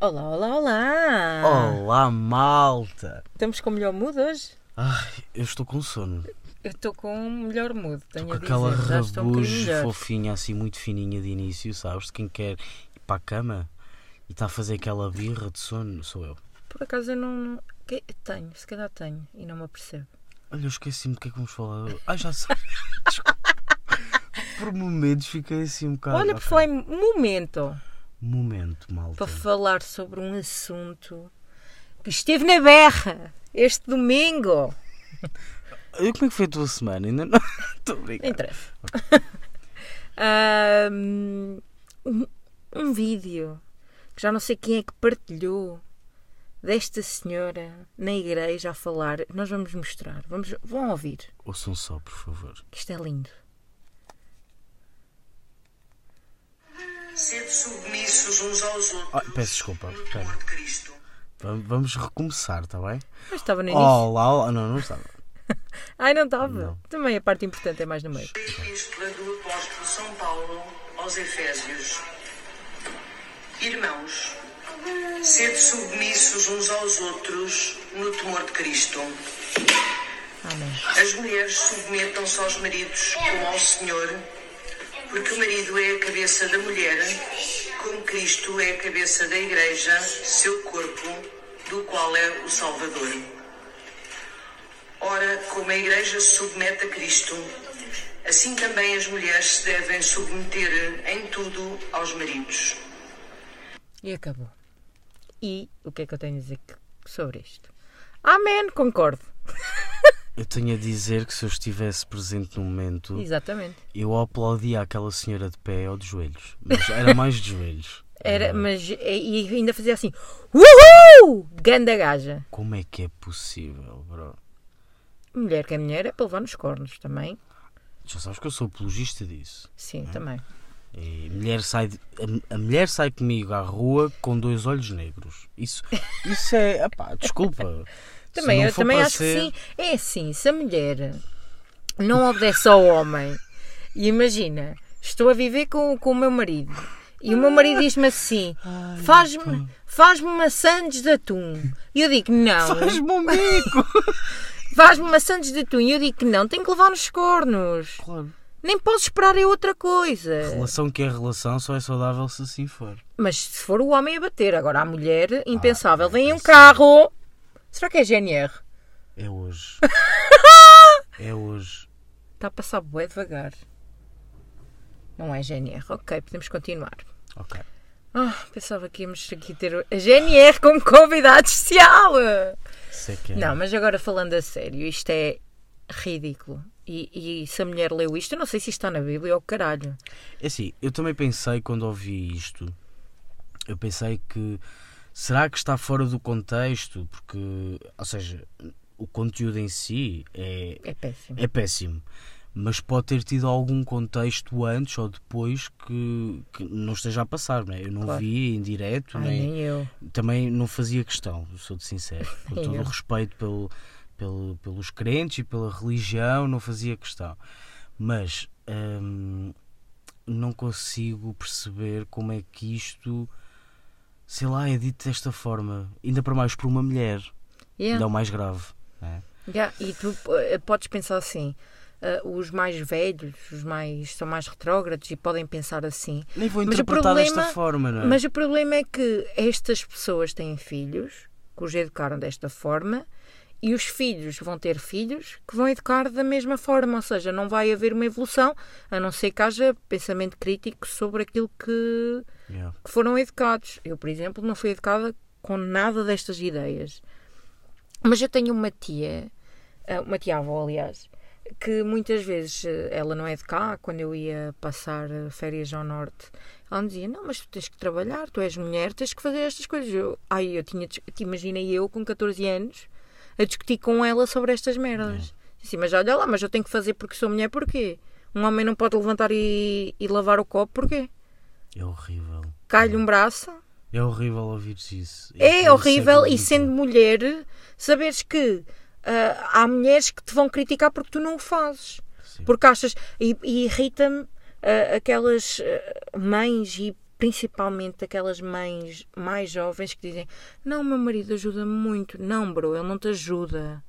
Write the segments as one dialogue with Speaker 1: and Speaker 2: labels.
Speaker 1: Olá, olá, olá!
Speaker 2: Olá, malta!
Speaker 1: Estamos com o melhor mood hoje?
Speaker 2: Ai, eu estou com sono.
Speaker 1: Eu estou com o melhor mood, tenho
Speaker 2: Com
Speaker 1: a
Speaker 2: aquela
Speaker 1: dizer. Já estou um bocadinho
Speaker 2: rabuja
Speaker 1: melhor.
Speaker 2: fofinha, assim, muito fininha de início, sabes? De Quem quer ir para a cama e está a fazer aquela birra de sono, sou eu.
Speaker 1: Por acaso eu não. que- Tenho, se calhar tenho e não me apercebo.
Speaker 2: Olha, eu esqueci-me do que é que vamos falar. Ah, já sei. Desculpa. Por momentos fiquei assim um bocado.
Speaker 1: Olha, por
Speaker 2: Ok.
Speaker 1: falar em momento
Speaker 2: Momento, malta.
Speaker 1: para falar sobre um assunto que esteve na berra este domingo.
Speaker 2: Eu, como é que foi a tua semana? Ainda não. Estou a
Speaker 1: Não
Speaker 2: brincar.
Speaker 1: interessa. Ah, um, um vídeo que já não sei quem é que partilhou desta senhora na igreja a falar. Nós vamos mostrar, vamos, vão ouvir,
Speaker 2: Ouçam só, por favor.
Speaker 1: que isto é lindo.
Speaker 3: Sede submissos uns aos outros.
Speaker 2: Ah, peço desculpa,
Speaker 3: no
Speaker 2: espera.
Speaker 3: temor Um de Cristo.
Speaker 2: Vam- Vamos recomeçar, está bem?
Speaker 1: Mas estava no início.
Speaker 2: Olá, olá. Não, não estava.
Speaker 1: Ai, não estava. Também a parte importante é mais no meio.
Speaker 3: A Epístola do Apóstolo São Paulo aos Efésios. Irmãos, sede submissos uns aos outros no temor de Cristo.
Speaker 1: Amém.
Speaker 3: As mulheres submetam-se aos maridos como ao Senhor, porque o marido é a cabeça da mulher, como Cristo é a cabeça da Igreja, seu corpo, do qual é o Salvador. Ora, como a Igreja se submete a Cristo, assim também as mulheres se devem submeter em tudo aos maridos.
Speaker 1: E acabou. E o que é que eu tenho a dizer que- sobre isto? Amém, concordo.
Speaker 2: Eu tenho a dizer que se eu estivesse presente no momento,
Speaker 1: Exatamente.
Speaker 2: eu aplaudia aquela senhora de pé ou de joelhos. Mas era mais de joelhos.
Speaker 1: Era, mas e e ainda fazia assim: Uhul! Ganda gaja.
Speaker 2: Como é que é possível, bro?
Speaker 1: Mulher que é mulher é para levar nos cornos também.
Speaker 2: Já sabes que eu sou apologista disso.
Speaker 1: Sim, também.
Speaker 2: E a mulher sai de- a, a mulher sai comigo à rua com dois olhos negros. Isso, isso é. Epá, desculpa. Se
Speaker 1: Também,
Speaker 2: não
Speaker 1: eu
Speaker 2: for
Speaker 1: também
Speaker 2: para
Speaker 1: acho
Speaker 2: ser-
Speaker 1: que sim. É assim, se a mulher não obedece ao homem, e imagina, estou a viver com, com o meu marido, e o meu marido
Speaker 2: Ah.
Speaker 1: diz-me assim: faz-me faz maçãs de atum. E eu digo: não,
Speaker 2: Faz-me um bico!
Speaker 1: faz-me maçãs de atum. E eu digo: que não, tenho que levar nos cornos.
Speaker 2: claro.
Speaker 1: Nem posso esperar é outra coisa.
Speaker 2: Relação que é relação só é saudável se assim for.
Speaker 1: Mas se for o homem a bater, agora a
Speaker 2: Ah,
Speaker 1: mulher, impensável. Vem um carro. Será que é GNR?
Speaker 2: É hoje. é hoje.
Speaker 1: Está a passar bué devagar. Não é GNR. Ok, podemos continuar.
Speaker 2: Ok.
Speaker 1: Ah, pensava que íamos aqui ter a GNR como convidado especial.
Speaker 2: Sei que é.
Speaker 1: Não, mas agora falando a sério, isto é ridículo. E, e se a mulher leu isto, eu não sei se isto está na Bíblia ou caralho.
Speaker 2: É assim, eu também pensei quando ouvi isto, eu pensei que será que está fora do contexto? Porque, ou seja, o conteúdo em si é,
Speaker 1: É péssimo.
Speaker 2: é péssimo, mas pode ter tido algum contexto antes ou depois que, que não esteja a passar, não é? Eu não
Speaker 1: Claro.
Speaker 2: vi em direto,
Speaker 1: Ai,
Speaker 2: nem,
Speaker 1: nem eu.
Speaker 2: também não fazia questão, sou-te sincero, com
Speaker 1: Nem
Speaker 2: todo
Speaker 1: eu.
Speaker 2: o respeito pelo, pelo- pelos crentes e pela religião, não fazia questão. Mas hum, não consigo perceber como é que isto, sei lá, é dito desta forma, ainda para mais por uma mulher, ainda
Speaker 1: Yeah.
Speaker 2: é o mais grave. não é?
Speaker 1: Yeah, E tu eh, podes pensar assim: ah, os mais velhos os mais, são mais retrógrados e podem pensar assim.
Speaker 2: Nem vou
Speaker 1: Mas o
Speaker 2: interpretar
Speaker 1: problema-
Speaker 2: desta forma, não é?
Speaker 1: Mas o problema é que estas pessoas têm filhos que os educaram desta forma e os filhos vão ter filhos que vão educar da mesma forma, ou seja, não vai haver uma evolução a não ser que haja pensamento crítico sobre aquilo que,
Speaker 2: Yeah.
Speaker 1: que foram educados. Eu, por exemplo, não fui educada com nada destas ideias. Mas eu tenho uma tia, ah, uma tia-avó, aliás, que muitas vezes eh, ela não é de cá, quando eu ia passar eh, férias ao norte, ela me dizia: Não, mas tu tens que trabalhar, tu és mulher, tens que fazer estas coisas. Eu, ai, eu tinha, dis- te imaginei eu com 14 anos a discutir com ela sobre estas merdas. Assim, mas olha lá, mas eu tenho que fazer porque sou mulher, porquê? Um homem não pode levantar e, e lavar o copo, porquê?
Speaker 2: É horrível.
Speaker 1: Cai-lhe um braço,
Speaker 2: É horrível ouvir isso.
Speaker 1: é
Speaker 2: Eu
Speaker 1: horrível
Speaker 2: sei
Speaker 1: e
Speaker 2: que-
Speaker 1: sendo mulher, saberes que ah, há mulheres que te vão criticar porque tu não o fazes.
Speaker 2: Sim.
Speaker 1: Porque achas. E, e irrita-me ah, aquelas ah, mães e principalmente daquelas mães mais jovens que dizem: Não, meu marido ajuda-me muito. Não, bro, ele não te ajuda.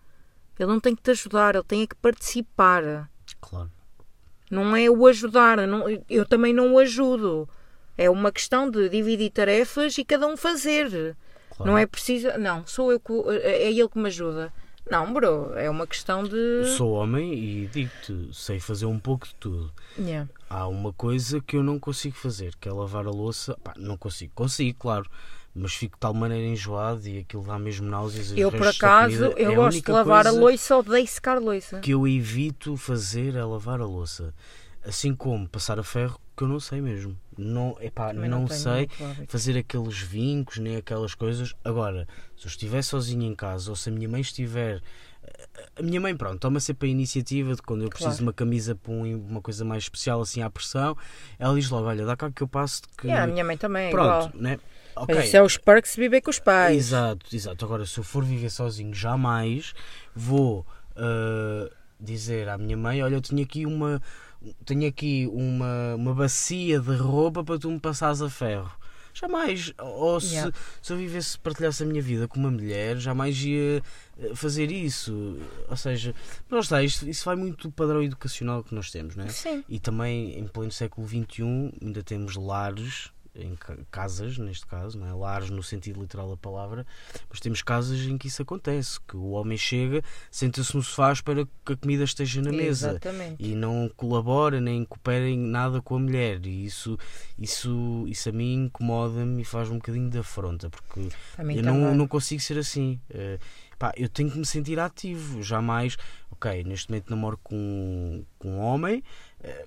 Speaker 1: Ele não tem que te ajudar, ele tem é que participar.
Speaker 2: Claro.
Speaker 1: Não é o ajudar, não- eu também não o ajudo. É uma questão de dividir tarefas e cada um fazer.
Speaker 2: Claro.
Speaker 1: Não é preciso. Não, sou eu que. o- É ele que me ajuda. Não, bro, é uma questão de.
Speaker 2: Sou homem e digo-te, sei fazer um pouco de tudo.
Speaker 1: Yeah.
Speaker 2: Há uma coisa que eu não consigo fazer, que é lavar a louça. Pá, não consigo. Consigo, claro. Mas fico de tal maneira enjoado e aquilo dá mesmo náuseas. os
Speaker 1: Eu, por
Speaker 2: restos da
Speaker 1: acaso,
Speaker 2: comida.
Speaker 1: eu
Speaker 2: É a
Speaker 1: gosto de
Speaker 2: única
Speaker 1: lavar a
Speaker 2: coisa
Speaker 1: louça, odeio secar louça.
Speaker 2: que eu evito fazer é lavar a louça. Assim como passar a ferro, que eu não sei mesmo. Não, epá,
Speaker 1: Também
Speaker 2: não,
Speaker 1: não tenho
Speaker 2: sei
Speaker 1: muito hábito.
Speaker 2: fazer aqueles vincos nem aquelas coisas. Agora, se eu estiver sozinho em casa ou se a minha mãe estiver. A minha mãe, pronto, toma sempre a iniciativa de quando eu preciso de
Speaker 1: Claro.
Speaker 2: uma camisa para um- uma coisa mais especial, assim à pressão. Ela diz logo: Olha, dá cá que eu passo. Que...
Speaker 1: Yeah, a minha mãe também é
Speaker 2: pronto,
Speaker 1: igual.
Speaker 2: né?
Speaker 1: Mas
Speaker 2: Ok.
Speaker 1: isso é os perks de viver com os pais.
Speaker 2: Exato, exato. Agora, se eu for viver sozinho, jamais vou ah, dizer à minha mãe: Olha, eu tenho aqui uma, tenho aqui uma, uma bacia de roupa para tu me passares a ferro. Jamais. Ou se,
Speaker 1: Yeah.
Speaker 2: se eu vivesse, partilhasse a minha vida com uma mulher, jamais ia eh, fazer isso. Ou seja, mas lá está, isto, isso vai muito do padrão educacional que nós temos, não é?
Speaker 1: Sim.
Speaker 2: E também em pleno século XXI ainda temos lares, em ca- casas neste caso, não é? lares no sentido literal da palavra, mas temos casas em que isso acontece, que o homem chega, senta-se no sofá para que a comida esteja na mesa
Speaker 1: Exatamente.
Speaker 2: e não colabora nem coopera em nada com a mulher e isso, isso, isso a mim incomoda-me e faz um bocadinho de afronta porque
Speaker 1: A mim
Speaker 2: eu
Speaker 1: também.
Speaker 2: não, não consigo ser assim. Eh, pá, eu tenho que me sentir ativo, jamais. Ok, neste momento namoro com, com um homem, eh,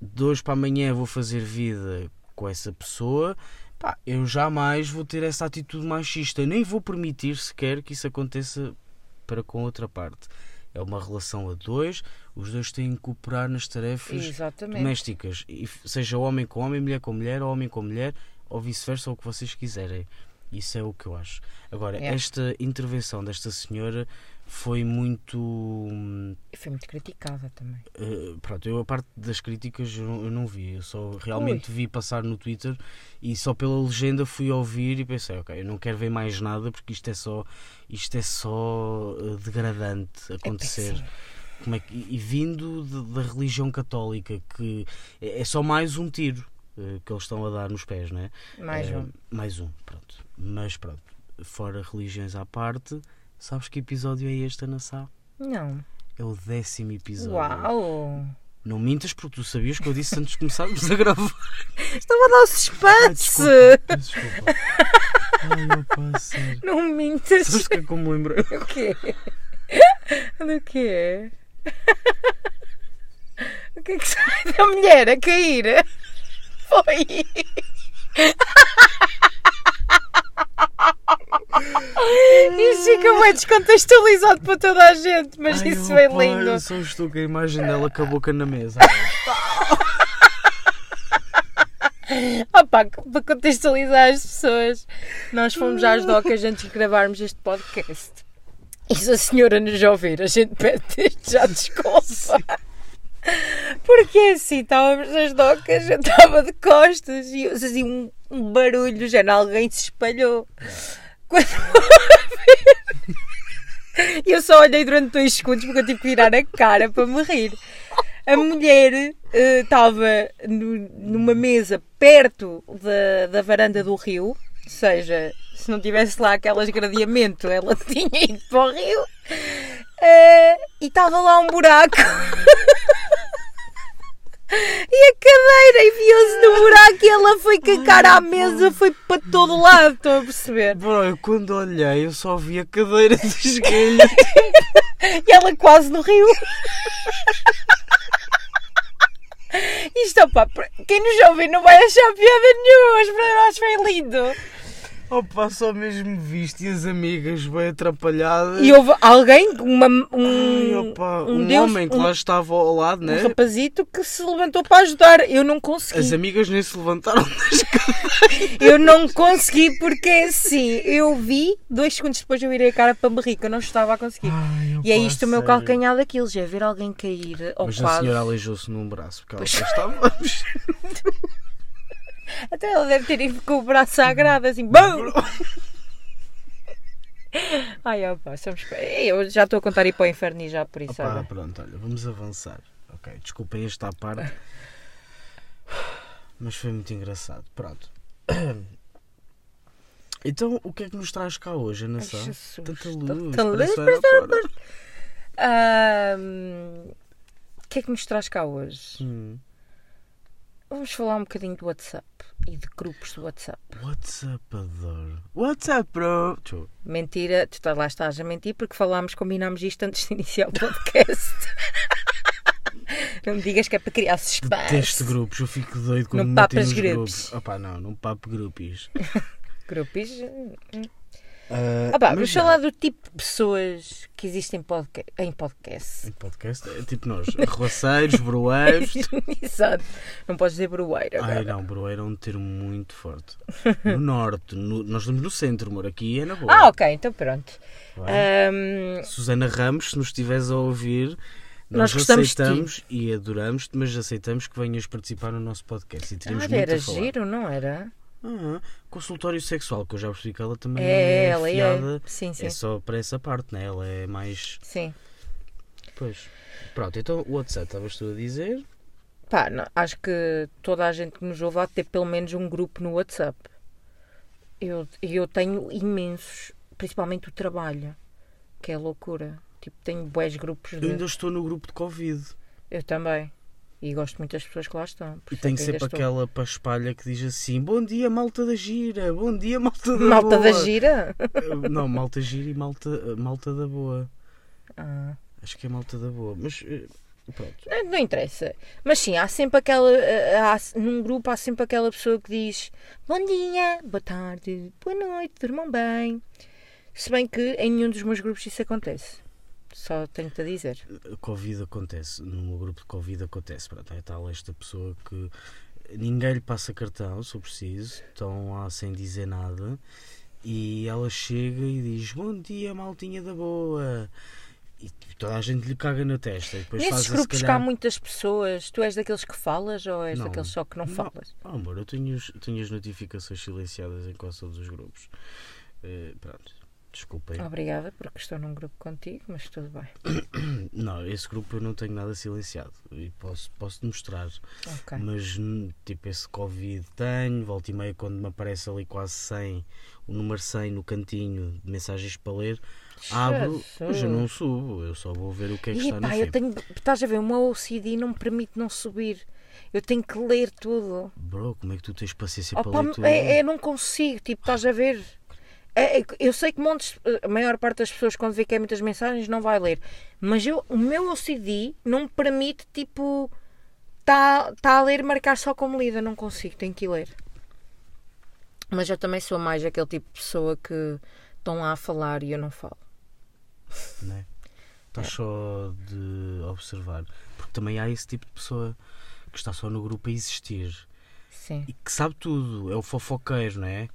Speaker 2: de hoje para amanhã vou fazer vida com essa pessoa. Pá, eu jamais vou ter essa atitude machista, nem vou permitir sequer que isso aconteça para com outra parte. É uma relação a dois, os dois têm que cooperar nas tarefas
Speaker 1: Exatamente.
Speaker 2: domésticas, e f- seja homem com homem, mulher com mulher, ou homem com mulher, ou vice-versa, ou o que vocês quiserem. Isso é o que eu acho. Agora,
Speaker 1: É.
Speaker 2: esta intervenção desta senhora foi muito. hum,
Speaker 1: E foi muito criticada também.
Speaker 2: eh, pronto, eu a parte das críticas eu não, eu não vi, eu só realmente vi passar no Twitter e só pela legenda fui ouvir e pensei, ok, eu não quero ver mais nada porque isto é só, isto é só eh, degradante acontecer
Speaker 1: péssimo.
Speaker 2: como é que- e e vindo de- da religião católica que é é só mais um tiro eh, que eles estão a dar nos pés, não é?
Speaker 1: Mais
Speaker 2: Eh,
Speaker 1: um.
Speaker 2: Mais um, pronto. Mas pronto, fora religiões à parte, sabes que episódio é este, Ana Sá?
Speaker 1: Não.
Speaker 2: É o décimo episódio.
Speaker 1: Uau!
Speaker 2: Não mintas porque tu sabias que eu disse antes de começarmos a gravar.
Speaker 1: Estava a dar
Speaker 2: Ai,
Speaker 1: suspense!
Speaker 2: Ah, desculpa, desculpa. Ai, meu pai, sério.
Speaker 1: não mintas!
Speaker 2: Sabes o que é que eu me lembro?
Speaker 1: Do quê? Do quê? O que é que sai da mulher a cair? Foi! Isto fica bem descontextualizado para toda a gente, mas
Speaker 2: Ai,
Speaker 1: isso
Speaker 2: meu
Speaker 1: é
Speaker 2: pai,
Speaker 1: lindo.
Speaker 2: Eu só estou com a imagem dela com a boca na mesa.
Speaker 1: Opa, para contextualizar as pessoas, nós fomos às docas antes de gravarmos este podcast. E se a senhora nos ouvir, a gente pede desde já desculpa. Porque é assim, estávamos nas docas, eu estava de costas e eu assim, um, um barulho, já não, alguém se espalhou. Quando E eu só olhei durante dois segundos porque eu tive que virar a cara para me rir. A mulher eh, estava nu- numa mesa perto da, da varanda do rio, ou seja, se não tivesse lá aquele esgradeamento, ela tinha ido para o rio. Eh, e estava lá um buraco. E a cadeira enfiou-se no buraco e ela foi com a cara à mesa, foi para todo lado, estou a perceber.
Speaker 2: Bro, eu quando olhei, eu só vi a cadeira de esgalho.
Speaker 1: E ela quase no rio. Isto, opa, pra- quem nos ouve não vai achar piada nenhuma, mas para nós foi lindo.
Speaker 2: Opa, só mesmo viste e as amigas bem atrapalhadas.
Speaker 1: E houve alguém, uma, um,
Speaker 2: Ai, opa,
Speaker 1: um
Speaker 2: um,
Speaker 1: Deus-
Speaker 2: homem que
Speaker 1: um-
Speaker 2: lá estava ao lado,
Speaker 1: um
Speaker 2: né?
Speaker 1: rapazito que se levantou para ajudar. Eu não consegui.
Speaker 2: As amigas nem se levantaram.
Speaker 1: Eu não consegui porque é assim, eu vi, dois segundos depois eu virei a cara para me rir, que eu não estava a conseguir.
Speaker 2: Ai,
Speaker 1: e é
Speaker 2: Ah, opa,
Speaker 1: isto o meu
Speaker 2: sério.
Speaker 1: calcanhar daqueles, é ver alguém cair ao
Speaker 2: Mas a
Speaker 1: quadro.
Speaker 2: senhora aleijou-se num braço, porque ela já estava.
Speaker 1: Até ela deve ter ido com o braço sagrado assim. BUM! Ai, opa, somos... Eu já estou a contar ir para o inferno e já por isso.
Speaker 2: Pá,
Speaker 1: olha.
Speaker 2: pronto, olha, vamos avançar. Ok, desculpem esta à parte. Mas foi muito engraçado. Pronto. Então, o que é que nos traz cá hoje, Ana
Speaker 1: Ai,
Speaker 2: Sá?
Speaker 1: Jesus,
Speaker 2: Tanta luz.
Speaker 1: tanta luz,
Speaker 2: parece um aeroporto.
Speaker 1: Ahm, O que é que nos traz cá hoje?
Speaker 2: Hum.
Speaker 1: Vamos falar um bocadinho do WhatsApp e de grupos do WhatsApp.
Speaker 2: What's up, adoro? What's up, bro? Tchau.
Speaker 1: Mentira, tu tá- lá estás a mentir porque falámos, combinámos isto antes de iniciar o podcast. não me digas que é para criar
Speaker 2: Detesto
Speaker 1: suspense.
Speaker 2: grupos, eu fico doido quando
Speaker 1: Não
Speaker 2: me
Speaker 1: papas
Speaker 2: metem nos
Speaker 1: grupos.
Speaker 2: grupos. Opá, não, não papo grupos.
Speaker 1: Grupos. hum.
Speaker 2: Ah,
Speaker 1: Ah, pá,
Speaker 2: mas
Speaker 1: vamos falar do tipo de pessoas que existem em podca- em podcast.
Speaker 2: Em podcast é tipo nós, arroaceiros, broeiros.
Speaker 1: Exato. Não podes dizer broeiro
Speaker 2: Ai
Speaker 1: agora.
Speaker 2: não, broeiro é um termo muito forte. No norte, no- nós estamos no centro, amor, aqui é na boa.
Speaker 1: Ah, ok, então pronto.
Speaker 2: Vai.
Speaker 1: Ahm,
Speaker 2: Susana Ramos, se nos estiveres a ouvir,
Speaker 1: Nós
Speaker 2: nós,
Speaker 1: gostamos de ti.
Speaker 2: aceitamos e adoramos-te, mas aceitamos que venhas participar no nosso podcast e teremos
Speaker 1: ah,
Speaker 2: muito
Speaker 1: era
Speaker 2: a falar.
Speaker 1: giro, não era?
Speaker 2: Ah, consultório sexual, que eu já percebi que ela também
Speaker 1: É,
Speaker 2: é,
Speaker 1: ela é.
Speaker 2: fiada.
Speaker 1: Sim, sim.
Speaker 2: É só para essa parte, né? Ela é mais.
Speaker 1: Sim.
Speaker 2: Pois. Pronto, então o WhatsApp, estavas tu a dizer?
Speaker 1: Pá, não, acho que toda a gente que nos ouve há de ter pelo menos um grupo no WhatsApp. Eu, eu tenho imensos, principalmente o trabalho, que é loucura. Tipo, tenho bués grupos
Speaker 2: Eu
Speaker 1: de...
Speaker 2: ainda estou no grupo de Covid.
Speaker 1: Eu também. E gosto muito das pessoas que lá estão. por
Speaker 2: E
Speaker 1: isso
Speaker 2: tem
Speaker 1: é
Speaker 2: que
Speaker 1: ainda
Speaker 2: ser para
Speaker 1: estou.
Speaker 2: aquela paspalha que diz assim: Bom dia, malta da gira, bom dia, malta da
Speaker 1: Malta
Speaker 2: boa.
Speaker 1: da gira?
Speaker 2: gira. Não, malta gira e malta, eh, malta da boa.
Speaker 1: Ah,
Speaker 2: Acho que é malta da boa, mas eh, pronto.
Speaker 1: não, não interessa. Mas sim, há sempre aquela. eh, há- num grupo há sempre aquela pessoa que diz bom dia, boa tarde, boa noite, durmam bem. Se bem que em nenhum dos meus grupos isso acontece. Só tenho-te a dizer.
Speaker 2: Eh, Covid acontece, no meu grupo de Covid acontece. Pronto, é tal esta pessoa que ninguém lhe passa cartão, se eu preciso, estão lá sem dizer nada. E ela chega e diz: Bom dia, maltinha da boa. E toda a gente lhe caga na testa. E depois
Speaker 1: Nesses
Speaker 2: faz a, se
Speaker 1: grupos cá há
Speaker 2: calhar,
Speaker 1: muitas pessoas. Tu és daqueles que falas ou és
Speaker 2: Não.
Speaker 1: daqueles só que não,
Speaker 2: Não.
Speaker 1: falas?
Speaker 2: Ah, amor, eu tenho, os- tenho as notificações silenciadas em quase todos os grupos. Eh, pronto, desculpem.
Speaker 1: Ah. Obrigada, porque estou num grupo contigo, mas tudo bem.
Speaker 2: Não, esse grupo eu não tenho nada silenciado e posso, posso te mostrar.
Speaker 1: Ok.
Speaker 2: Mas, hum, tipo, esse Covid tenho, volta e meia, quando me aparece ali quase 100, o número 100 no cantinho de mensagens para ler, abro, mas eu não subo, eu só vou ver o que é que está no
Speaker 1: Epá, eu
Speaker 2: feed.
Speaker 1: tenho. Estás a ver? O meu OCD não me permite não subir. Eu tenho que ler tudo.
Speaker 2: Bro, como é que tu tens paciência
Speaker 1: Opa,
Speaker 2: para ler tudo?
Speaker 1: é, é, não consigo. Tipo, estás a ver? É, é que eu sei que montes, a maior parte das pessoas, quando vê que é muitas mensagens, não vai ler. Mas eu, o meu OCD não me permite, tipo, tá, tá a ler e marcar só como lida. Não consigo, tenho que ir ler. Mas eu também sou mais aquele tipo de pessoa que estão lá a falar e eu não falo.
Speaker 2: né?
Speaker 1: É.
Speaker 2: Estás só de observar. Porque também há esse tipo de pessoa que está só no grupo a existir
Speaker 1: Sim.
Speaker 2: e que sabe tudo, é o fofoqueiro, não é?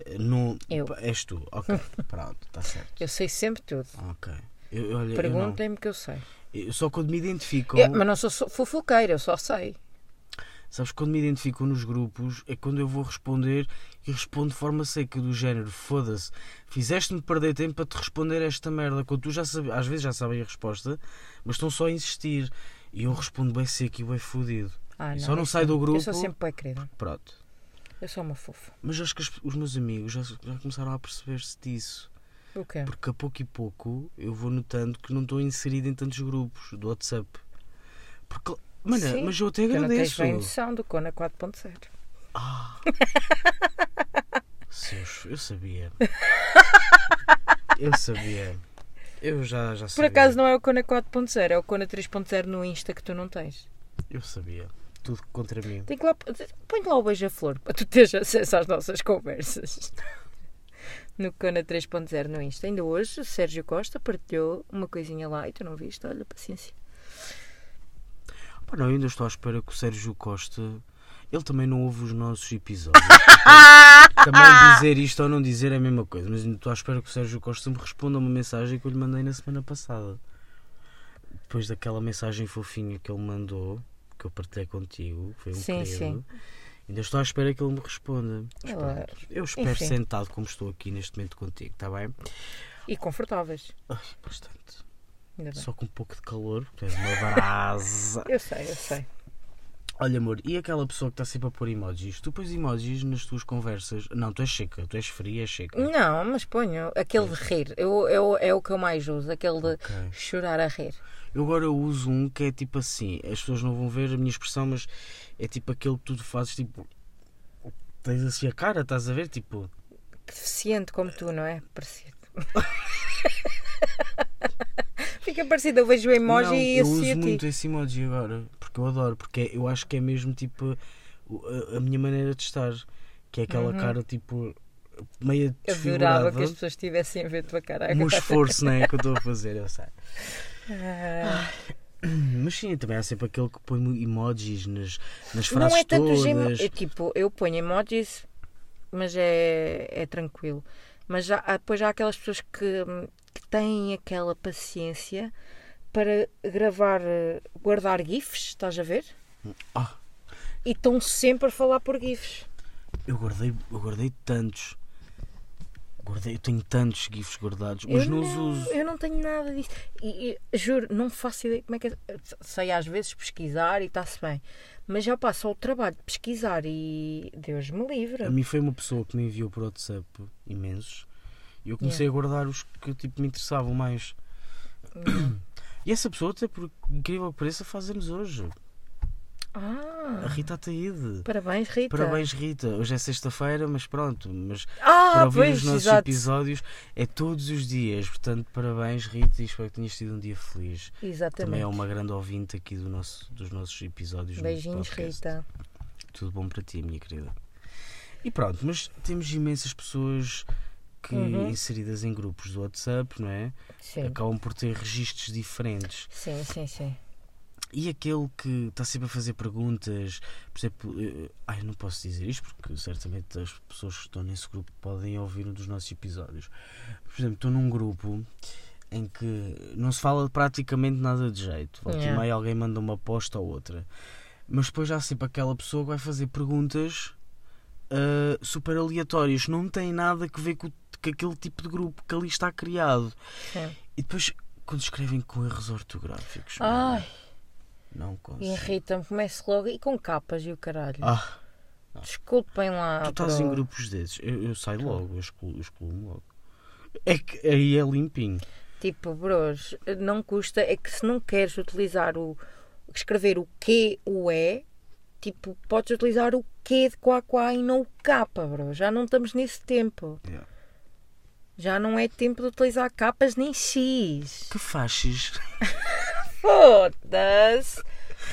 Speaker 2: Eh, Não,
Speaker 1: Eu.
Speaker 2: Pá, És tu, ok, pronto, está certo.
Speaker 1: Eu sei sempre tudo.
Speaker 2: Ok. Eu, olha, eu, não.
Speaker 1: Perguntem-me que eu sei.
Speaker 2: Eu só quando me identificam,
Speaker 1: Eu- mas não sou so- fofoqueira, eu só sei.
Speaker 2: sabes, quando me identificam nos grupos, é quando eu vou responder e respondo de forma seca, do género, foda-se, fizeste-me perder tempo para te responder esta merda, quando tu já sabes, às vezes já sabem a resposta, mas estão só a insistir. E eu respondo bem seco e bem fodido.
Speaker 1: Ah,
Speaker 2: Só não
Speaker 1: eu
Speaker 2: sai
Speaker 1: sou-
Speaker 2: do
Speaker 1: Eu
Speaker 2: grupo.
Speaker 1: sou sempre bem querida.
Speaker 2: Pronto.
Speaker 1: Eu sou uma fofa.
Speaker 2: Mas acho que as- os meus amigos já, já começaram a perceber-se disso.
Speaker 1: O quê?
Speaker 2: Porque a pouco e pouco eu vou notando que não estou inserido em tantos grupos do WhatsApp. Porque, mano,
Speaker 1: Sim,
Speaker 2: mas eu até
Speaker 1: Tu não tens
Speaker 2: agradeço.
Speaker 1: bem noção do Kona 4.0.
Speaker 2: Seus, Ah. eu sabia. eu sabia. Eu já, já
Speaker 1: Por
Speaker 2: sabia.
Speaker 1: acaso não é o Kona 4.0, é o Kona 3.0 no Insta que tu não tens.
Speaker 2: Eu sabia. Tudo contra mim.
Speaker 1: Tem que lá, põe lá o beija-flor para tu teres acesso às nossas conversas. No Kona 3.0 no Insta. Ainda hoje o Sérgio Costa partilhou uma coisinha lá e tu não viste, olha, paciência.
Speaker 2: Pá, não, eu ainda estou à espera que o Sérgio Costa. Ele também não ouve os nossos episódios. também dizer isto ou não dizer é a mesma coisa. Mas ainda estou à espera que o Sérgio Costa me responda uma mensagem que eu lhe mandei na semana passada. Depois daquela mensagem fofinha que ele mandou, que eu partilhei contigo, que foi um
Speaker 1: Sim,
Speaker 2: querido.
Speaker 1: sim.
Speaker 2: Ainda estou à espera que ele me responda. Mas
Speaker 1: Eu-
Speaker 2: pronto, eu espero
Speaker 1: enfim. Tá
Speaker 2: sentado como estou aqui neste momento contigo, está bem?
Speaker 1: E confortáveis.
Speaker 2: Ai, bastante.
Speaker 1: Ainda bem.
Speaker 2: Só com um pouco de calor, porque és uma brasa.
Speaker 1: Eu sei, eu sei.
Speaker 2: Olha, amor, e aquela pessoa que está sempre a pôr emojis? Tu pões emojis nas tuas conversas? Não, tu és seca, tu és fria, és seca.
Speaker 1: Não, mas ponho aquele de rir. Eu, eu, é o que eu mais uso, aquele de
Speaker 2: Ok.
Speaker 1: chorar a rir.
Speaker 2: Eu agora uso um que é tipo assim, as pessoas não vão ver a minha expressão, mas é tipo aquele que tu fazes tipo. Tens assim a cara, estás a ver? Tipo.
Speaker 1: Que deficiente como tu, não é? Parecido. Fica parecido, eu vejo o emoji
Speaker 2: não,
Speaker 1: e
Speaker 2: eu uso
Speaker 1: associo a
Speaker 2: muito
Speaker 1: ti.
Speaker 2: esse emoji agora, porque eu adoro, porque é- eu acho que é mesmo tipo o- a, a minha maneira de estar, que é aquela cara tipo meia
Speaker 1: Uhum. Adorava que
Speaker 2: desfigurada.
Speaker 1: as pessoas estivessem a ver a tua cara
Speaker 2: O meu
Speaker 1: agora.
Speaker 2: esforço, né? Que eu estou a fazer, eu sei.
Speaker 1: Ah,
Speaker 2: Mas sim, também há sempre aquele que põe emojis nas, nas
Speaker 1: não
Speaker 2: frases
Speaker 1: é tanto os
Speaker 2: todas.
Speaker 1: emo... eu, Tipo, eu ponho emojis, mas é, é tranquilo. Mas já, há- depois há aquelas pessoas que, que têm aquela paciência para gravar, eh, guardar GIFs, estás a ver?
Speaker 2: Ah.
Speaker 1: E estão sempre a falar por GIFs.
Speaker 2: Eu guardei, eu guardei tantos. Guardei, eu tenho tantos GIFs guardados, mas
Speaker 1: eu
Speaker 2: não os
Speaker 1: não,
Speaker 2: uso.
Speaker 1: Eu não tenho nada disso. E, e, juro, não faço ideia como é que é. Sei às vezes pesquisar e está-se bem. Mas já passo ao trabalho de pesquisar e Deus me livre.
Speaker 2: A mim foi uma pessoa que me enviou por WhatsApp imensos e eu comecei a guardar os que tipo, me interessavam mais. E essa pessoa, até por incrível que pareça, faz anos hoje. A
Speaker 1: Ah,
Speaker 2: Rita Ataíde.
Speaker 1: parabéns, Rita.
Speaker 2: Parabéns, Rita. Hoje é sexta-feira, mas pronto. Mas para
Speaker 1: Ah,
Speaker 2: ouvir
Speaker 1: pois,
Speaker 2: os nossos
Speaker 1: exato.
Speaker 2: episódios é todos os dias. Portanto, parabéns, Rita, e espero que tenhas tido um dia feliz. Também
Speaker 1: Exatamente.
Speaker 2: é uma grande ouvinte aqui do nosso, dos nossos episódios. no
Speaker 1: Beijinhos,
Speaker 2: podcast.
Speaker 1: Rita.
Speaker 2: Tudo bom para ti, minha querida. E pronto, mas temos imensas pessoas que,
Speaker 1: Uhum.
Speaker 2: inseridas em grupos do WhatsApp, não é?
Speaker 1: Sim.
Speaker 2: Acabam por ter registros diferentes.
Speaker 1: Sim, sim, sim.
Speaker 2: E aquele que está sempre a fazer perguntas, por exemplo, eh, ai, não posso dizer isto porque certamente as pessoas que estão nesse grupo podem ouvir um dos nossos episódios. Por exemplo, estou num grupo em que não se fala praticamente nada de jeito. Volta
Speaker 1: Yeah.
Speaker 2: e meia alguém manda uma aposta ou outra. Mas depois já há sempre aquela pessoa que vai fazer perguntas ah, super aleatórias, não tem nada que ver com, com aquele tipo de grupo que ali está criado.
Speaker 1: Sim.
Speaker 2: E depois, quando escrevem com erros ortográficos,
Speaker 1: Ai,
Speaker 2: não
Speaker 1: é
Speaker 2: consigo.
Speaker 1: irrita-me. Começo logo. E com capas e o caralho.
Speaker 2: Ah,
Speaker 1: Desculpem lá.
Speaker 2: tu estás
Speaker 1: bro.
Speaker 2: em grupos desses. Eu, eu saio logo, eu excluo- eu excluo-me logo. É que aí é limpinho.
Speaker 1: Tipo, bros, não custa. É que se não queres utilizar o. escrever o Q, o E, tipo, podes utilizar o Q de quá quá e não o K, bro. Já não estamos nesse tempo.
Speaker 2: Yeah.
Speaker 1: Já não é tempo de utilizar capas nem X.
Speaker 2: Que faches.
Speaker 1: Foda-se!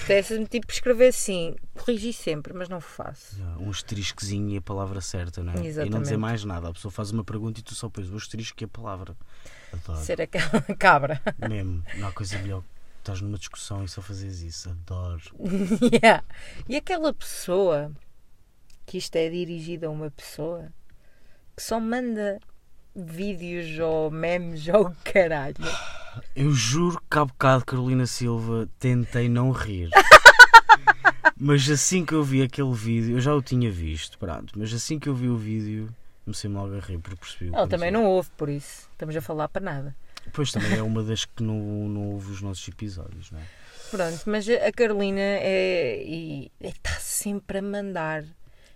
Speaker 1: Pudesse-me tipo escrever assim, corrigi sempre, mas não faço.
Speaker 2: Yeah, Um asteriscozinho e a palavra certa, não é? E não
Speaker 1: Exatamente.
Speaker 2: dizer mais nada. A pessoa faz uma pergunta e tu só pões o asterisco e a palavra. Adoro.
Speaker 1: Ser aquela cabra.
Speaker 2: Mesmo. Não há coisa melhor. Estás numa discussão e só fazes isso. Adoro.
Speaker 1: Yeah. E aquela pessoa que isto é dirigido a uma pessoa que só manda vídeos ou memes ou caralho.
Speaker 2: Eu juro que há bocado, Carolina Silva, tentei não rir. mas assim que eu vi aquele vídeo, eu já o tinha visto, pronto. Mas assim que eu vi o vídeo, comecei logo a rir, porque percebi o que
Speaker 1: Ela também
Speaker 2: aconteceu.
Speaker 1: não ouve, por isso estamos a falar para nada.
Speaker 2: Pois também é uma das que não, não ouve os nossos episódios, não é?
Speaker 1: Pronto, mas a Carolina é e- é- está sempre a mandar.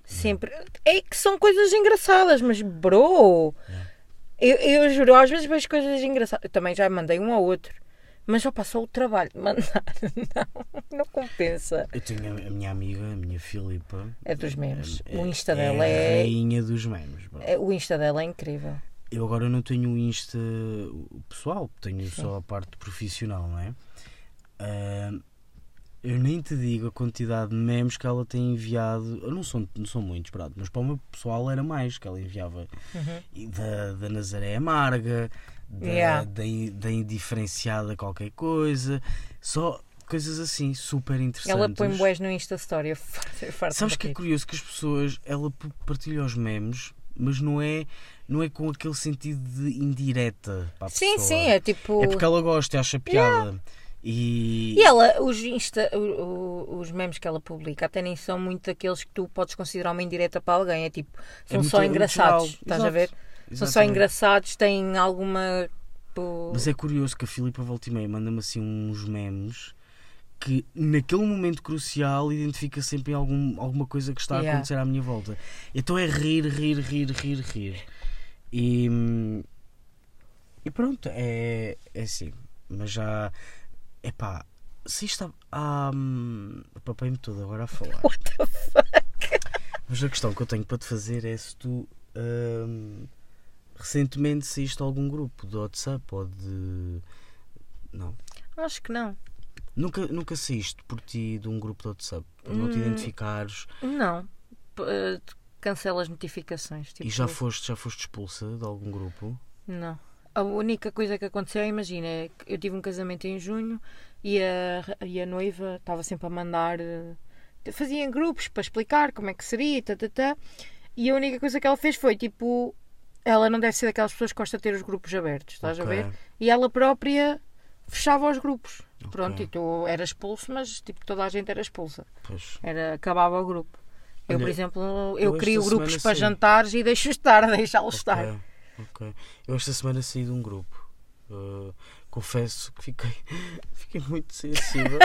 Speaker 1: Sempre. É que são coisas engraçadas, mas bro! Eu, eu juro, às vezes vejo coisas engraçadas. Eu também já mandei um ao outro. Mas já passou o trabalho de mandar. Não, não compensa.
Speaker 2: Eu tenho a, a minha amiga, a minha Filipa.
Speaker 1: É dos memes.
Speaker 2: é-
Speaker 1: o Insta
Speaker 2: é
Speaker 1: dela
Speaker 2: A
Speaker 1: é,
Speaker 2: rainha dos memes, pá.
Speaker 1: é- O Insta dela é incrível.
Speaker 2: Eu agora não tenho o Insta o pessoal, tenho só a parte profissional, não é? Ah, eu nem te digo a quantidade de memes que ela tem enviado. Eu não são, não são muitos, pronto, mas para o meu pessoal era mais que ela enviava.
Speaker 1: Uhum.
Speaker 2: E Da, da Nazaré Amarga, da,
Speaker 1: Yeah.
Speaker 2: da, in- da indiferenciada qualquer coisa, só coisas assim, super interessantes.
Speaker 1: Ela põe boés no Insta Story. Eu farto- eu farto-me
Speaker 2: Sabes que é
Speaker 1: de rir.
Speaker 2: curioso que as pessoas ela p- partilha os memes, mas não é não é com aquele sentido de indireta para a
Speaker 1: Sim,
Speaker 2: pessoa.
Speaker 1: sim, é tipo.
Speaker 2: É porque ela gosta, acha piada. E
Speaker 1: E ela, os Insta, o- o- os, os memes que ela publica até nem são muito daqueles que tu podes considerar uma indireta para alguém. É tipo, são
Speaker 2: muito-
Speaker 1: só
Speaker 2: muito
Speaker 1: engraçados.
Speaker 2: geral.
Speaker 1: Estás a
Speaker 2: Exato.
Speaker 1: ver? São só
Speaker 2: Exatamente.
Speaker 1: engraçados, têm alguma. tipo- pô,
Speaker 2: Mas é curioso que a Filipa Voltimeia manda-me assim uns memes que naquele momento crucial identifica sempre algum, alguma coisa que está a
Speaker 1: Yeah.
Speaker 2: acontecer à minha volta. Então é rir, rir, rir, rir, rir. E, hum, e pronto, é, é assim. Mas já. Epá, se isto há. há, hum, Papei-me todo agora a falar.
Speaker 1: What the fuck?
Speaker 2: Mas a questão que eu tenho para te fazer é se tu hum, recentemente saíste a algum grupo de WhatsApp ou de. Não.
Speaker 1: Acho que não.
Speaker 2: Nunca, nunca saíste por ti de um grupo de WhatsApp, por não te
Speaker 1: Hum,
Speaker 2: identificares
Speaker 1: Não. P- eh, Cancela as notificações. Tipo,
Speaker 2: e já foste, já foste expulsa de algum grupo.
Speaker 1: Não. A única coisa que aconteceu, imagina, é que eu tive um casamento em junho e a, e a noiva estava sempre a mandar. eh, Fazia em grupos para explicar como é que seria, tá, tá, tá. e a única coisa que ela fez foi tipo. Ela não deve ser daquelas pessoas que gosta de ter os grupos abertos, estás
Speaker 2: Ok.
Speaker 1: a ver? E ela própria fechava os grupos. Pronto,
Speaker 2: Ok.
Speaker 1: e tu era expulso, mas tipo, toda a gente era expulsa.
Speaker 2: Pois.
Speaker 1: Era, acabava o grupo. Eu,
Speaker 2: Olha,
Speaker 1: por exemplo,
Speaker 2: eu
Speaker 1: eu,
Speaker 2: esta
Speaker 1: crio grupos
Speaker 2: semana
Speaker 1: para
Speaker 2: sim.
Speaker 1: jantares e deixo estar, deixá-los estar.
Speaker 2: Ok, ok. Eu esta semana saí de um grupo. Uh, confesso que fiquei, fiquei muito sensível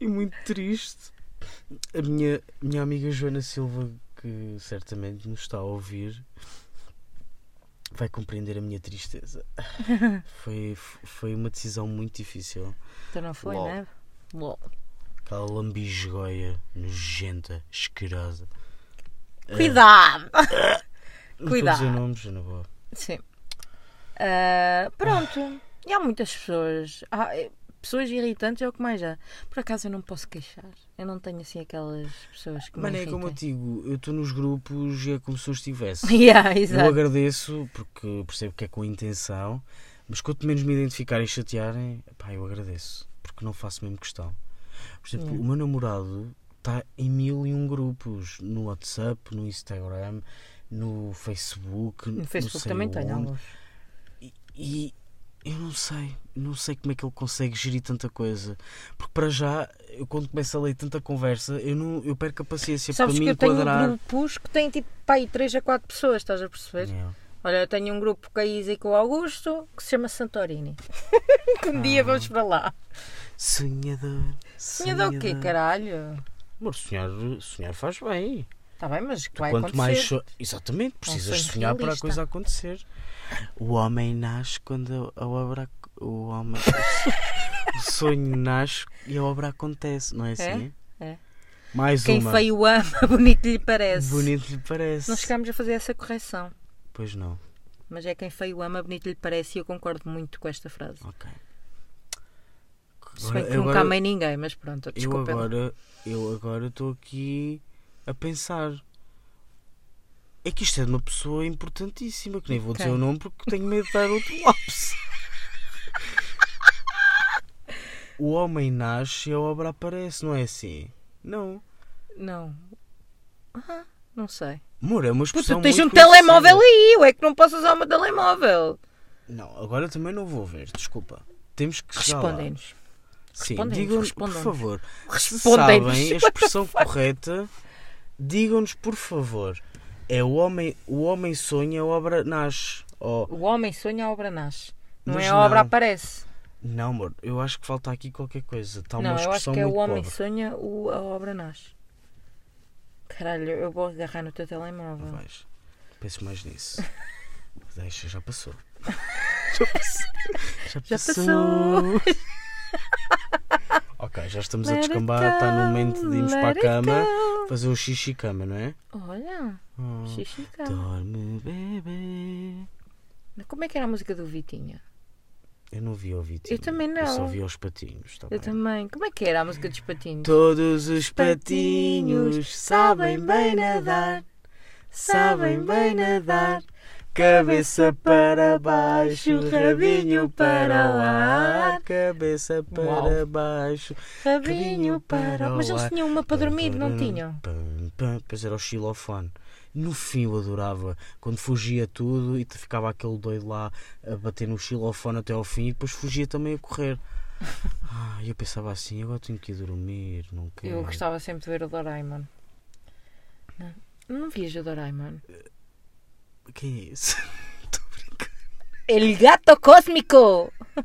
Speaker 2: e muito triste. A minha, minha amiga Joana Silva, que certamente nos está a ouvir, vai compreender a minha tristeza. Foi, foi uma decisão muito difícil.
Speaker 1: Então não foi,
Speaker 2: Lol.
Speaker 1: né? Lol.
Speaker 2: Aquela lambisgoia nojenta, asquerosa. É.
Speaker 1: Cuidado!
Speaker 2: Não
Speaker 1: Cuidado.
Speaker 2: Estou a dizer nomes, eu não vou.
Speaker 1: Sim. Ah, pronto. E há muitas pessoas. Há, eh, pessoas irritantes é o que mais há. Por acaso eu não posso queixar. Eu não tenho assim aquelas pessoas que
Speaker 2: Mano,
Speaker 1: me
Speaker 2: é como eu
Speaker 1: irritam.
Speaker 2: te digo, eu estou nos grupos e é como se eu estivesse.
Speaker 1: Yeah,
Speaker 2: Eu
Speaker 1: exato.
Speaker 2: agradeço porque percebo que é com intenção, mas quanto menos me identificarem e chatearem, pá, eu agradeço porque não faço mesmo questão. Por exemplo,
Speaker 1: Hum.
Speaker 2: o meu namorado está em mil e um grupos no WhatsApp, no Instagram, no Facebook,
Speaker 1: No
Speaker 2: não
Speaker 1: Facebook
Speaker 2: sei
Speaker 1: também tenho
Speaker 2: onde, Tipo,
Speaker 1: alguns.
Speaker 2: e eu não sei, não sei como é que ele consegue gerir tanta coisa. Porque para já, eu quando começo a ler tanta conversa, eu, não, eu perco a paciência
Speaker 1: Sabes
Speaker 2: para
Speaker 1: que
Speaker 2: me
Speaker 1: eu tenho um
Speaker 2: enquadrar.
Speaker 1: grupos que têm tipo pá, aí 3 a 4 pessoas, estás a perceber?
Speaker 2: Yeah.
Speaker 1: Olha, eu tenho um grupo com a Isa e com o Augusto que se chama Santorini. que um
Speaker 2: Ah.
Speaker 1: dia vamos para lá.
Speaker 2: Sonhador.
Speaker 1: Tinha de o quê, caralho?
Speaker 2: Amor, sonhar, sonhar faz bem.
Speaker 1: Está bem, mas que vai
Speaker 2: Quanto
Speaker 1: acontecer.
Speaker 2: mais. so- Exatamente, precisas
Speaker 1: sonho
Speaker 2: sonhar para a
Speaker 1: realista.
Speaker 2: coisa acontecer. O homem nasce quando a obra. ac- O homem. o sonho nasce e a obra acontece, não é assim?
Speaker 1: É? É.
Speaker 2: Mais
Speaker 1: Quem
Speaker 2: uma.
Speaker 1: feio ama, bonito lhe parece.
Speaker 2: Bonito lhe parece.
Speaker 1: Nós chegámos a fazer essa correção.
Speaker 2: Pois não.
Speaker 1: Mas é quem feio ama, bonito lhe parece e eu concordo muito com esta frase.
Speaker 2: Ok.
Speaker 1: Se bem que
Speaker 2: Agora-
Speaker 1: nunca amei ninguém, mas pronto,
Speaker 2: eu
Speaker 1: desculpa.
Speaker 2: agora eu agora estou aqui a pensar é que isto é de uma pessoa importantíssima que nem vou dizer
Speaker 1: Quem?
Speaker 2: o nome porque tenho medo de dar outro lápis o homem nasce e a obra aparece não é assim não
Speaker 1: Não. Ah, não sei.
Speaker 2: amor é uma
Speaker 1: Puta,
Speaker 2: expressão
Speaker 1: tu tens um
Speaker 2: muito conhecida.
Speaker 1: telemóvel aí, eu é que não posso usar o meu telemóvel.
Speaker 2: não agora também não vou ver desculpa temos que chegar lá.
Speaker 1: Respondem-nos.
Speaker 2: Sim,
Speaker 1: Respondem-nos,
Speaker 2: digam-nos,
Speaker 1: respondam-nos.
Speaker 2: por favor. Se
Speaker 1: Respondem-nos.
Speaker 2: sabem a expressão correta, digam-nos, por favor. É o homem, o homem sonha, a obra nasce. Oh,
Speaker 1: O homem sonha, a obra nasce. Não
Speaker 2: Mas
Speaker 1: é a obra
Speaker 2: não.
Speaker 1: aparece.
Speaker 2: não, amor, eu acho que falta aqui qualquer coisa. Está uma
Speaker 1: não, eu acho
Speaker 2: expressão
Speaker 1: que é o
Speaker 2: muito
Speaker 1: homem
Speaker 2: pobre.
Speaker 1: sonha, o, a obra nasce. Caralho, eu vou agarrar no teu telemóvel.
Speaker 2: Não vais. Penso mais nisso. Deixa, já passou. Já
Speaker 1: Já
Speaker 2: passou. ok, já estamos a
Speaker 1: Let it
Speaker 2: descambar. Está no
Speaker 1: go,
Speaker 2: momento de irmos para
Speaker 1: let
Speaker 2: a
Speaker 1: it
Speaker 2: cama
Speaker 1: go.
Speaker 2: fazer um xixi-cama, não é?
Speaker 1: Olha,
Speaker 2: Oh.
Speaker 1: xixi cá.
Speaker 2: Dorme, bebê.
Speaker 1: Como é que era a música do Vitinha?
Speaker 2: Eu não vi o Vitinho.
Speaker 1: Eu também
Speaker 2: Eu só
Speaker 1: não.
Speaker 2: vi os patinhos. Tá
Speaker 1: Eu
Speaker 2: bem?
Speaker 1: também. Como é que era a música dos patinhos?
Speaker 2: Todos os patinhos sabem bem nadar, sabem bem nadar. Cabeça para baixo, rabinho para lá. Cabeça para
Speaker 1: Uau.
Speaker 2: baixo,
Speaker 1: Rabinho para.
Speaker 2: o
Speaker 1: Mas eles
Speaker 2: ar.
Speaker 1: tinham uma para dormir, não tinham?
Speaker 2: Pam, pam. Pois era o xilofone. No fim eu adorava, quando fugia tudo e te ficava aquele doido lá a bater no xilofone até ao fim e depois fugia também a correr. Ah, eu pensava assim, agora tenho que ir dormir, não quero.
Speaker 1: Eu gostava sempre de ver o Doraemon. Não, não vias o Doraemon?
Speaker 2: Quem é esse? Estou a brincar.
Speaker 1: El gato cósmico! né,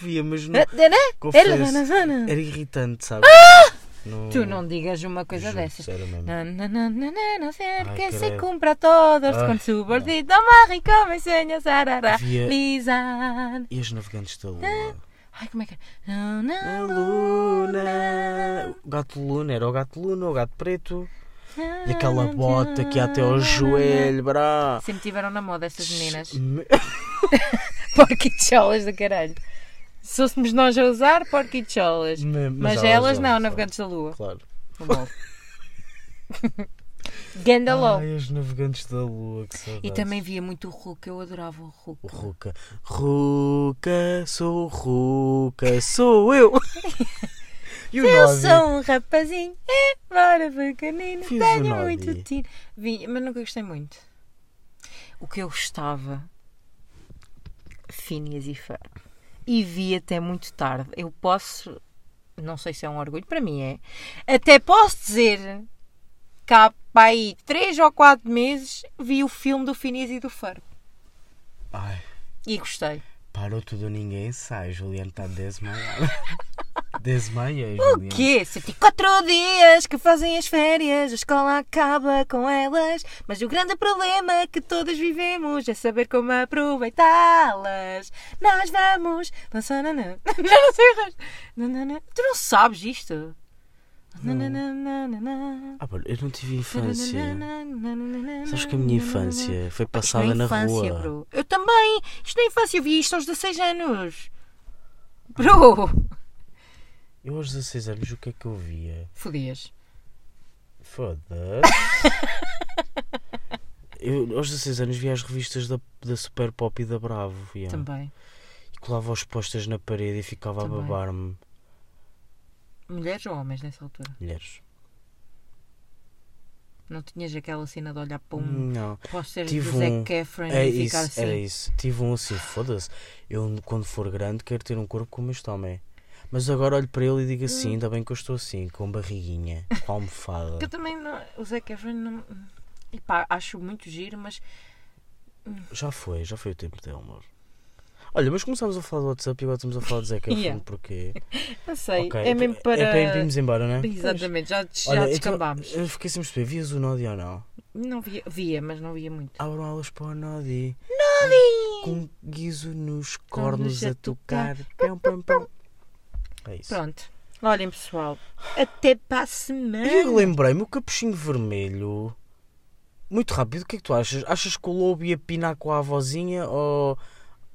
Speaker 2: Via, mas
Speaker 1: Eh,
Speaker 2: não. Confesso, É
Speaker 1: Tu
Speaker 2: era irritante, sabe? Não-
Speaker 1: Ah! não digas uma coisa
Speaker 2: juro,
Speaker 1: dessas.
Speaker 2: sério mesmo.
Speaker 1: Na, na, na, na, na, no ser
Speaker 2: Ai,
Speaker 1: que se
Speaker 2: credo.
Speaker 1: cumpra todos
Speaker 2: Ai,
Speaker 1: con
Speaker 2: não.
Speaker 1: su bordito mágico me enseñas a
Speaker 2: Via-
Speaker 1: realizar.
Speaker 2: E as navegantes da lua?
Speaker 1: Ai, como é que é? Na,
Speaker 2: A
Speaker 1: na
Speaker 2: luna! O gato luna, era o gato luna, o gato preto. E aquela
Speaker 1: na,
Speaker 2: bota que ia até ao
Speaker 1: na, na,
Speaker 2: joelho, brá.
Speaker 1: na. Sempre tiveram na moda essas meninas.
Speaker 2: Me-
Speaker 1: Porquicholas do caralho. Se fôssemos nós a usar, porquicholas.
Speaker 2: me-
Speaker 1: Mas, elas não, navegantes da lua.
Speaker 2: Claro.
Speaker 1: Gandaló.
Speaker 2: Ai, as navegantes da lua, que
Speaker 1: E
Speaker 2: saudades.
Speaker 1: também via muito o Hulk, eu adorava o Hulk.
Speaker 2: O Ruca. Ruca, sou o Ruca, sou eu. e o
Speaker 1: Eu
Speaker 2: Nodi?
Speaker 1: sou um rapazinho, embora pequenino,
Speaker 2: Fiz o
Speaker 1: tenho
Speaker 2: Nodi.
Speaker 1: muito tiro. Vim, mas nunca gostei muito. O que eu gostava, Phineas e Ferb. E vi até muito tarde. Eu posso, não sei se é um orgulho, para mim é, até posso dizer que há pá, aí 3 ou 4 meses vi o filme do Phineas e do Ferb.
Speaker 2: Ai,
Speaker 1: E gostei.
Speaker 2: parou tudo, ninguém sai. tá Juliano está desmaiado. Desmaiei,
Speaker 1: O
Speaker 2: Juliano.
Speaker 1: quê? 74 dias que fazem as férias, a escola acaba com elas. Mas o grande problema que todos vivemos é saber como aproveitá-las. Nós vamos. Lançar na. Já não sei o resto. Nanana. Tu não sabes isto? Nananana.
Speaker 2: Ah, pá, eu não tive infância.
Speaker 1: Nananana.
Speaker 2: Sabes que a minha infância
Speaker 1: Isto não
Speaker 2: foi
Speaker 1: é
Speaker 2: passada na
Speaker 1: infância,
Speaker 2: rua.
Speaker 1: bro. Eu também. Isto não é infância. Eu vi isto aos 16 anos. Bro.
Speaker 2: Eu aos 16 anos, o que é que eu via?
Speaker 1: Fodias.
Speaker 2: Foda-se. Eu, aos 16 anos via as revistas da, da Super Pop e da Bravo. yeah.
Speaker 1: Também.
Speaker 2: E colava os posters na parede e ficava
Speaker 1: Também.
Speaker 2: a babar-me.
Speaker 1: Mulheres ou homens nessa altura?
Speaker 2: Mulheres.
Speaker 1: Não tinhas aquela cena de olhar para um
Speaker 2: Não.
Speaker 1: póster do
Speaker 2: Hum, Tive
Speaker 1: Zac
Speaker 2: um-
Speaker 1: Efron
Speaker 2: É
Speaker 1: e ficar
Speaker 2: isso, era
Speaker 1: assim?
Speaker 2: isso. Tive um assim, foda-se. Eu, quando for grande, quero ter um corpo como este homem. Mas agora olho para ele e digo assim: ainda bem que eu estou assim, com barriguinha, com
Speaker 1: Hum. Que
Speaker 2: almofada.
Speaker 1: eu também não. O Zac Efron não. Epá, acho muito giro, mas.
Speaker 2: Já foi, já foi o tempo dele, amor. Olha, mas começámos a falar do WhatsApp e agora estamos a falar do Zeca
Speaker 1: Yeah.
Speaker 2: Efron, porque.
Speaker 1: Não sei.
Speaker 2: Ok,
Speaker 1: É mesmo para.
Speaker 2: É para irmos embora, não é?
Speaker 1: Exatamente, já,
Speaker 2: Pois.
Speaker 1: já
Speaker 2: Olha, então,
Speaker 1: descambámos.
Speaker 2: eu fiquei sem perceber, vias o Nodi ou não?
Speaker 1: Não via, via, mas não via muito.
Speaker 2: Abram aulas para o Nodi. Com guiso nos
Speaker 1: Cornos
Speaker 2: cornos
Speaker 1: a
Speaker 2: a tocar. Pão, pão, pão. É isso.
Speaker 1: Pronto. Olhem, pessoal. Até para a semana.
Speaker 2: E eu lembrei-me, o capuchinho vermelho. Muito rápido, o que é que tu achas? Achas que o lobo ia pinar com a avózinha ou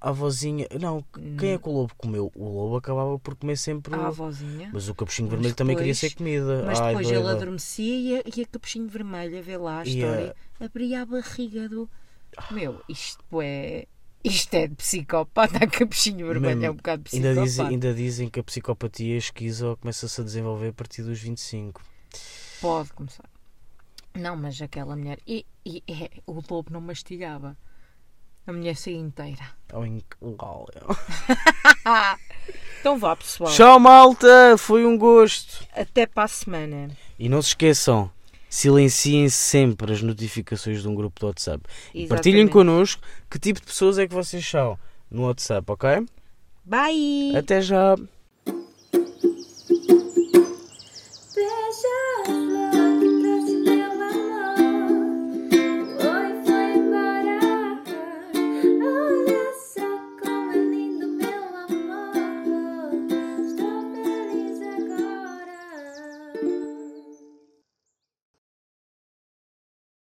Speaker 2: a avózinha. Não, quem é que o lobo comeu? O lobo acabava por comer sempre.
Speaker 1: Hum. A
Speaker 2: o-
Speaker 1: avózinha.
Speaker 2: Mas o capuchinho
Speaker 1: Mas
Speaker 2: vermelho também queria
Speaker 1: depois-
Speaker 2: ser comida.
Speaker 1: Mas
Speaker 2: Ai,
Speaker 1: depois ele
Speaker 2: doida.
Speaker 1: adormecia e a, e a capuchinho vermelha, vê lá a
Speaker 2: E
Speaker 1: história, abria a barriga do. Meu, isto é. Isto é de psicopata, a capuchinho vermelha
Speaker 2: Mesmo.
Speaker 1: é um bocado
Speaker 2: Ainda
Speaker 1: psicopata.
Speaker 2: dizem, ainda dizem que a psicopatia esquizo começa-se a desenvolver a partir dos 25.
Speaker 1: Pode começar. Não, mas aquela mulher. E, e é, o lobo não mastigava. A mulher saía inteira.
Speaker 2: Ao incrível.
Speaker 1: Então vá, pessoal.
Speaker 2: Tchau, malta! Foi um gosto!
Speaker 1: Até para a semana.
Speaker 2: E não se esqueçam, silenciem sempre as notificações de um grupo do WhatsApp. E
Speaker 1: Exatamente.
Speaker 2: partilhem connosco que tipo de pessoas é que vocês são no WhatsApp, ok?
Speaker 1: Bye!
Speaker 2: Até já!